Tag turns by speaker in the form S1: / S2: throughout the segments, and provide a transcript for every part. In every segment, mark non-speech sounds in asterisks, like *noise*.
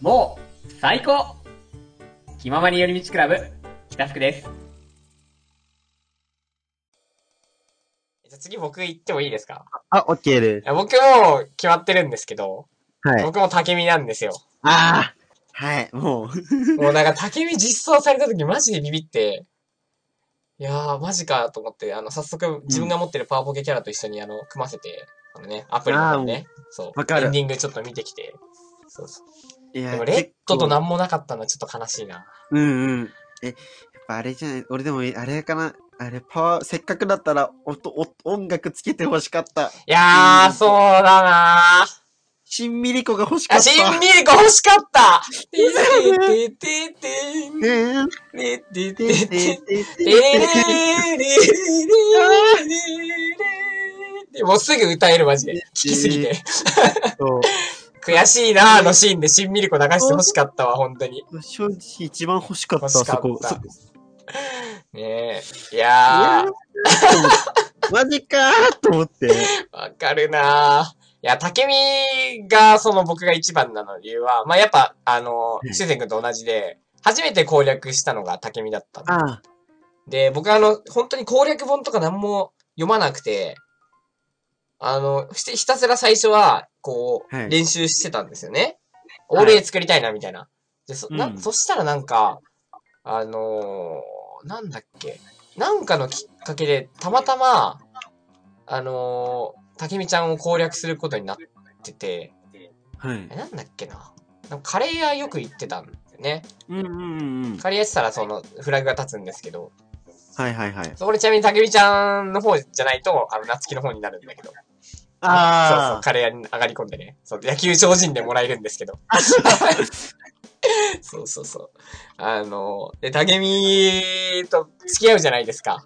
S1: もう、最高気ままに寄り道クラブ、北福です。じゃあ次僕行ってもいいですか
S2: あ、オッケーで
S1: い
S2: す。
S1: や僕もう決まってるんですけど、
S2: はい。
S1: 僕も竹見なんですよ。
S2: *laughs* ああはい、もう。 *laughs*
S1: もうなんか竹見実装された時マジでビビって、いやーマジかと思って、あの、早速自分が持ってるパワポケキャラと一緒にあの、組ませて、あのね、アプリの方にね、そう、
S2: わかる
S1: エンディングちょっと見てきて、そうそう。
S2: いや
S1: でもレッドと
S2: な
S1: 何もなかったのはちょっと悲しいな。
S2: うんうん。え、やっぱあれじゃない、俺でも、あれかな。あれ、パワー、せっかくだったら、音、音音楽つけて欲しかった。
S1: いやー、そうだなー。
S2: しんみりこが欲しかっ
S1: あ、
S2: た。
S1: シンミリコ欲しかったて
S2: よ
S1: ててててん
S2: ねえ
S1: てててて
S2: て
S1: て
S2: ーて
S1: ん
S2: ーてーてー
S1: てれれれれれもうすぐ歌える、マジで。聞きすぎて。
S2: そう
S1: 悔しいな、あのシーンで、新ミリコ流して欲しかったわ、本当に。
S2: 正直一番欲しかった、
S1: 欲し
S2: そ
S1: かった
S2: こ。そこ
S1: ねえ。いう
S2: わ
S1: や
S2: ー *laughs* と思ってマジかーと思って。
S1: ー、 *laughs* わかるなー。いや、竹見が、その僕が一番なの理由は、まあ、やっぱ、あの、
S2: うん
S1: 修く君と同じで、初めて攻略したのが竹見だったんで。
S2: あ
S1: で、僕はあの、本当に攻略本とか何も読まなくて、あの、ひひたすら最初は、こう、
S2: はい
S1: 練習してたんですよね。
S2: はい
S1: 俺作りたいな、みたいな。で、そ、な
S2: うん
S1: そしたらなんか、あのーなんだっけ。なんかのきっかけで、たまたま、あのー、竹見ちゃんを攻略することになってて、
S2: あ。はい
S1: え。なんだっけな。なんかカレー屋よく行ってたんだよね。
S2: うんうんうんうん。
S1: カレー屋したらそのフラグが立つんですけど、
S2: はいはいはい。
S1: そう俺ちなみに、たけみちゃんの方じゃないと、あの、夏希の方になるんだけど。そうそう、
S2: あ
S1: カレー屋に上がり込んでね。そう、野球超人でもらえるんですけ
S2: *laughs*
S1: ど。そうそうそう。あの、で、たけみと付き合うじゃないですか。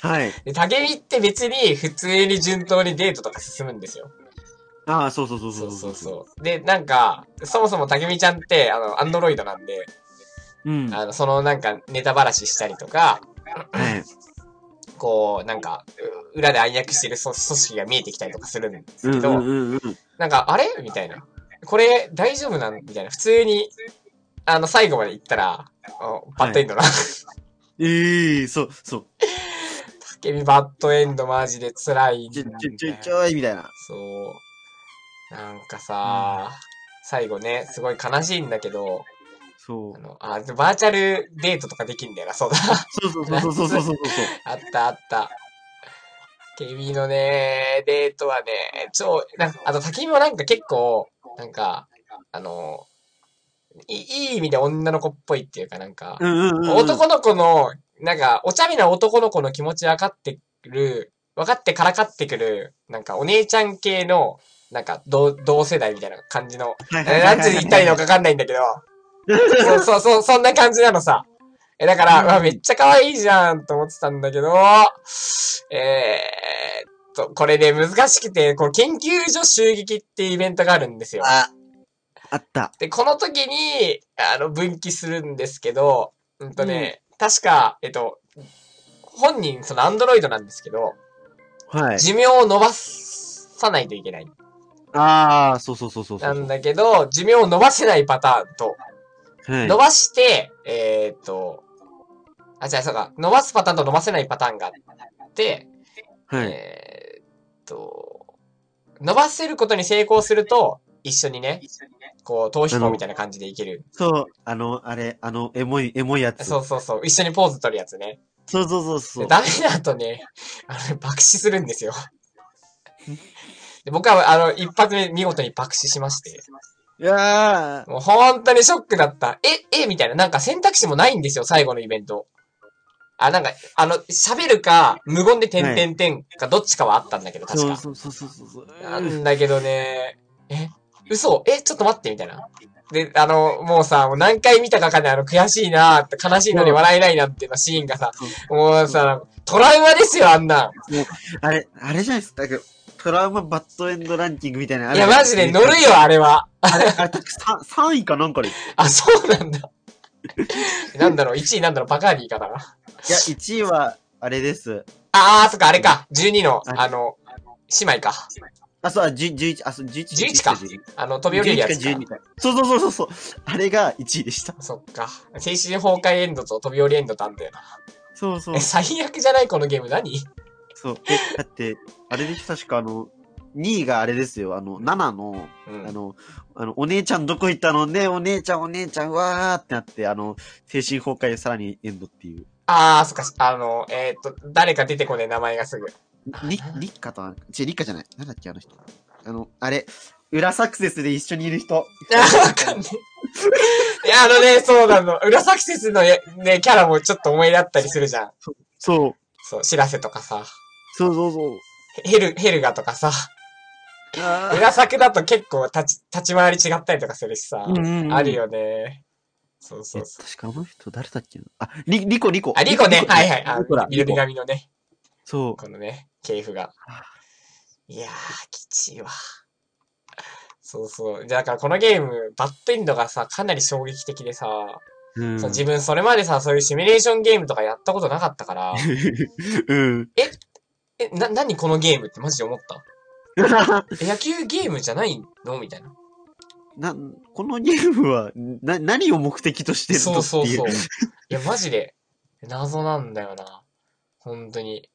S2: あ。はい。
S1: で、たけみって別に普通に順当にデートとか進むんですよ。
S2: ああ、そうそうそうそ
S1: そうう
S2: そ
S1: そうう
S2: そ
S1: そう。で、なんか、そもそもたけみちゃんって、あの、アンドロイドなんで、
S2: う。うん。は
S1: あの、そのなんかネタばらししたりとか、
S2: い。
S1: こう、なんか、う裏で暗躍してる組組織が見えてきたりとかするんですけど、
S2: うんうんうんうん。
S1: なんか、あれみたいな。これ、大丈夫なんみたいな。普通に、あの、最後まで行ったら、あバッドエン *laughs* ドな。
S2: ええそう、そう。
S1: ケビバッドエンドマジで辛いんだ
S2: ちょ
S1: よね。、
S2: ちょ、ちょ、ちょい、みたいな。
S1: そう。なんかさ、最後ね、すごい悲しいんだけど、
S2: そう
S1: あ。の、あ、でバーチャルデートとかできんだよな、そうだ。
S2: そうそうそうそうそうそうそう。
S1: あったあった。ケビのね、デートはね、超、なんか、あと先もなんか結構、なんか、あの、いいい意味で女の子っぽいっていうかなんか、
S2: うんうんうん。
S1: 男の子の、なんか、お茶目な男の子の気持ち分かってくる、分かってからかってくる、なんかお姉ちゃん系の、なんか同、同世代みたいな感じの、
S2: はいはい
S1: えな
S2: は
S1: いんて言ったらいいのか分かんないんだけど、そうそうそう、そんな感じなのさ。え、だから、
S2: うん
S1: うわ、めっちゃ可愛いじゃんと思ってたんだけど、えー、っと、これね、難しくて、この研究所襲撃っていうイベントがあるんですよ。
S2: あ、あった。
S1: で、この時に、あの、分岐するんですけど、うんとね、確か、えっと、本人、そのアンドロイドなんですけど、
S2: はい。
S1: 寿命を伸ばさないといけない。
S2: ああ、そうそうそうそうそ
S1: なん
S2: う。
S1: だけど、寿命を伸ばせないパターンと、
S2: はい
S1: 伸。ばして、えーっと、あ、じゃあ、そうか、伸ばすパターンと伸ばせないパターンがあって、
S2: はい。
S1: えーっと、伸ばせることに成功すると、一緒にね、こう、逃避行みたいな感じでいける。
S2: そう、あの、あれ、あの、エモい、エモいやつ。
S1: そう
S2: そ
S1: うそうそう、一緒にポーズ取るやつね。
S2: そうそうそう。
S1: ダメだとね、あのね、爆死するんですよ。で僕は、あの、一発目、見事に爆死しまして。
S2: いやー
S1: もう本当にショックだった。え、え、みたいな。なんか選択肢もないんですよ、最後のイベント。あ、なんか、あの、喋るか、無言で点々点か、どっちかはあったんだけど、確
S2: そう
S1: か。
S2: そうそうそうそう。
S1: な
S2: うん
S1: んだけどね、え、嘘え、ちょっと待って、みたいな。で、あの、もうさ、もう何回見たかわかんない、あの、悔しいなーって、悲しいのに笑えないなっていうのシーンがさ、もうさ、トラウマですよ、あんなん。
S2: あれ、あれじゃないですか。なんかトラウマバッドエンドランキングみたいなのあ
S1: い
S2: る
S1: や、マジで乗るよ、あれは。
S2: あれ、あれ、さ3位かなんかです。
S1: あ、そうなんだ。なんだろう、1位なんだろう、バカーリーかな。
S2: いや、1位は、あれです。
S1: あー、そっか、あれか。12の、
S2: あれ
S1: あの、姉妹か。
S2: あ、そう、あ10 11、あ、そう、11。
S1: 11かあの、飛び降りるやつか。
S2: 11か12か。そうそうそうそうそう。あれが1位でした。
S1: そっか。精神崩壊エンドと飛び降りエンドとあんだよな。
S2: そうそう
S1: え、。最悪じゃないこのゲーム何
S2: そう。え、だって、あれで確かあの、2位があれですよ。あの、7の、
S1: う
S2: あ
S1: ん。
S2: の、あの、お姉ちゃんどこ行ったのね、お姉ちゃんお姉ちゃん、わーってなって、あの、精神崩壊でさらにエンドっていう。
S1: あー、そっか、あの、えーっと、誰か出てこねえ名前がすぐ。 *laughs*
S2: り、りっかとは、ち、りっかじゃない。なんだっけ、あの人。あの、あれ、裏サクセスで一緒にいる
S1: *laughs*
S2: 人。
S1: あー、わかんねえ。いや、あのね、そうなの。裏サクセスのやね、キャラもちょっと思い出ったりするじゃん。
S2: そう。
S1: そう、知らせとかさ。
S2: そうそうそう。
S1: ヘル、ヘルガとかさ。
S2: あ
S1: 裏作だと結構立ち、立ち回り違ったりとかするしさ。
S2: うんうんうん
S1: あるよね。そうそうそう。
S2: 確かあの人誰だっけなあ、リリコ、リコ。
S1: あ、リコね。はいはい。あ
S2: リコだ、。リ
S1: 緑
S2: コ。
S1: 髪のね、
S2: そ
S1: このね、系譜が
S2: あ。
S1: いやー、きちいわ。そうそう。じゃあだからこのゲーム、バッドエンドがさ、かなり衝撃的でさ、
S2: う。うん。
S1: そう自分それまでさ、そういうシミュレーションゲームとかやったことなかった
S2: *laughs*
S1: から、
S2: うん。
S1: え、な、何このゲームってマジで思ったえ野球ゲームじゃないのみたいな。
S2: *laughs* な、このゲームは、な、何を目的としてる
S1: そ
S2: の
S1: う
S2: って
S1: そう
S2: いう。
S1: そう。いや、マジで、謎なんだよな。本当に。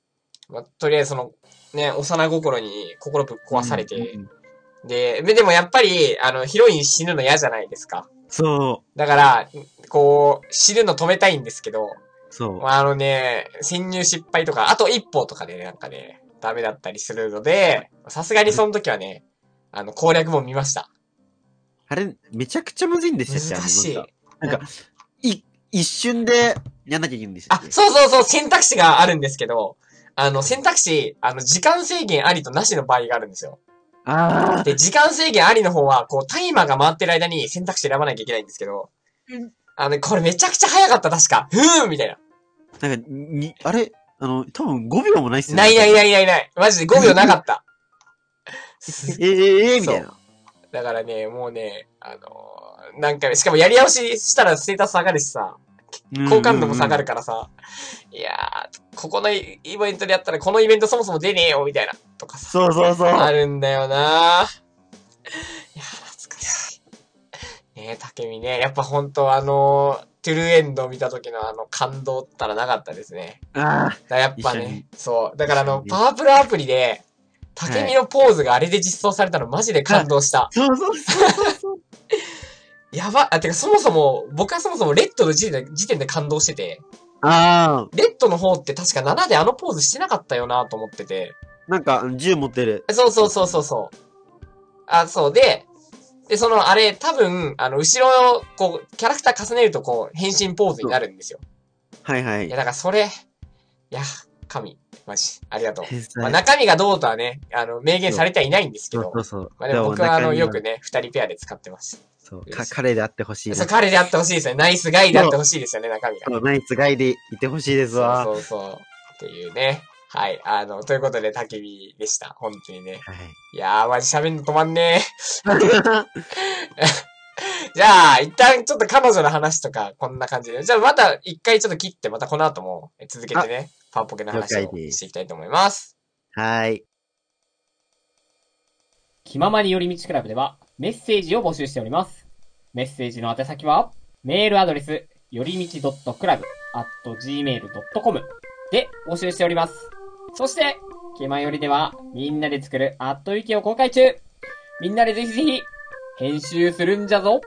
S1: まあ、とりあえずその、ね、幼心に心ぶっ壊されて、
S2: うんうん
S1: で、ででもやっぱり、あの、ヒロイン死ぬの嫌じゃないですか。
S2: そ
S1: だから、こう、死ぬの止めたいんですけど、
S2: う。そう。
S1: まあ、あのね、潜入失敗とか、あと一歩とかでね、なんかね、ダメだったりするので、さすがにその時はね、あの、攻略も見ました。
S2: あれ、めちゃくちゃむずいんでしたっけあの
S1: 難しい。
S2: なんかなんか、い、一瞬でやんなきゃいけないんでした
S1: あ
S2: っ、け
S1: そうそうそう、選択肢があるんですけど、あの、選択肢、あの、時間制限ありとなしの場合があるんですよ。
S2: あ *laughs*
S1: で、時間制限ありの方は、こう、タイマーが回ってる間に選択肢選ばなきゃいけないんですけど
S2: うん、
S1: あの、これめちゃくちゃ早かった、確か。ふーんみたいな。
S2: あ。なんか、に、あれ、あの、多分5秒もないっすよね。。
S1: ないないないいないない。マジで5秒なかった。す
S2: えー、えー、みたいな。
S1: *laughs* だからね、もうね、あのーなんか、しかもやり直ししたらステータス下がるしさ、好感度も下がるからさ、いやー、ここのイイベントでやったらこのイベントそもそも出ねえよ、みたいな、とかさ、
S2: そうそうそう。
S1: あるんだよなー。いやー、懐かしい。ねえ、竹見ね、やっぱほんとあのートゥルーエンドを見た時のあの感動ったらなかったですね。
S2: あ
S1: だからやっぱ
S2: 一緒に
S1: ね、そう。だからあの、
S2: 一緒に
S1: パワープルアプリで、竹見のポーズがあれで実装されたのマジで感動した。
S2: ーそうそうそうそう。
S1: やば、あ、てかそもそも、僕はそもそもレッドの時点で時点で感動してて、
S2: ああ、
S1: レッドの方って確か7であのポーズしてなかったよなと思ってて。
S2: なんか、銃持ってる。
S1: そうそうそうそうそう。あ、そうで、で、その、あれ、多分、あの、後ろを、こう、キャラクター重ねると、こう、変身ポーズになるんですよ。
S2: はいはいい
S1: や、。だからそれ、いや、神、マジ、ありがとう。
S2: 天才
S1: まあ、中身がどうとはね、あの、明言されてはいないんですけ
S2: そ
S1: ど
S2: うそ、うそう。
S1: まあ、でも僕は、あの、よく
S2: ね。
S1: ね、二人ペアで使ってます。
S2: そう、か彼であってほしいな。
S1: そう、
S2: そ
S1: 彼であってほしいですよね。ナイスガイであってほしいですよね、中身が。
S2: うナイツガイでいてほしいですわ。
S1: そうそうそう。っていうね。はい。あの、ということで、焚き火でした。本当にね。いやー、マジ喋んの止まんね
S2: はい。 *laughs*
S1: え。じゃあ、一旦ちょっと彼女の話とか、こんな感じで。じゃあ、また一回ちょっと切って、またこの後もえ続けてね、パワポケの話
S2: 了
S1: を
S2: 解です
S1: していきたいと思います。
S2: はい。
S3: 気ままに寄り道クラブではメッセージを募集しております。メッセージの宛先は、メールアドレス、よりみち .club.gmail.com で募集しております。そして、気まよりでは、みんなで作るアットウィキを公開中みんなでぜひぜひ、編集するんじゃぞ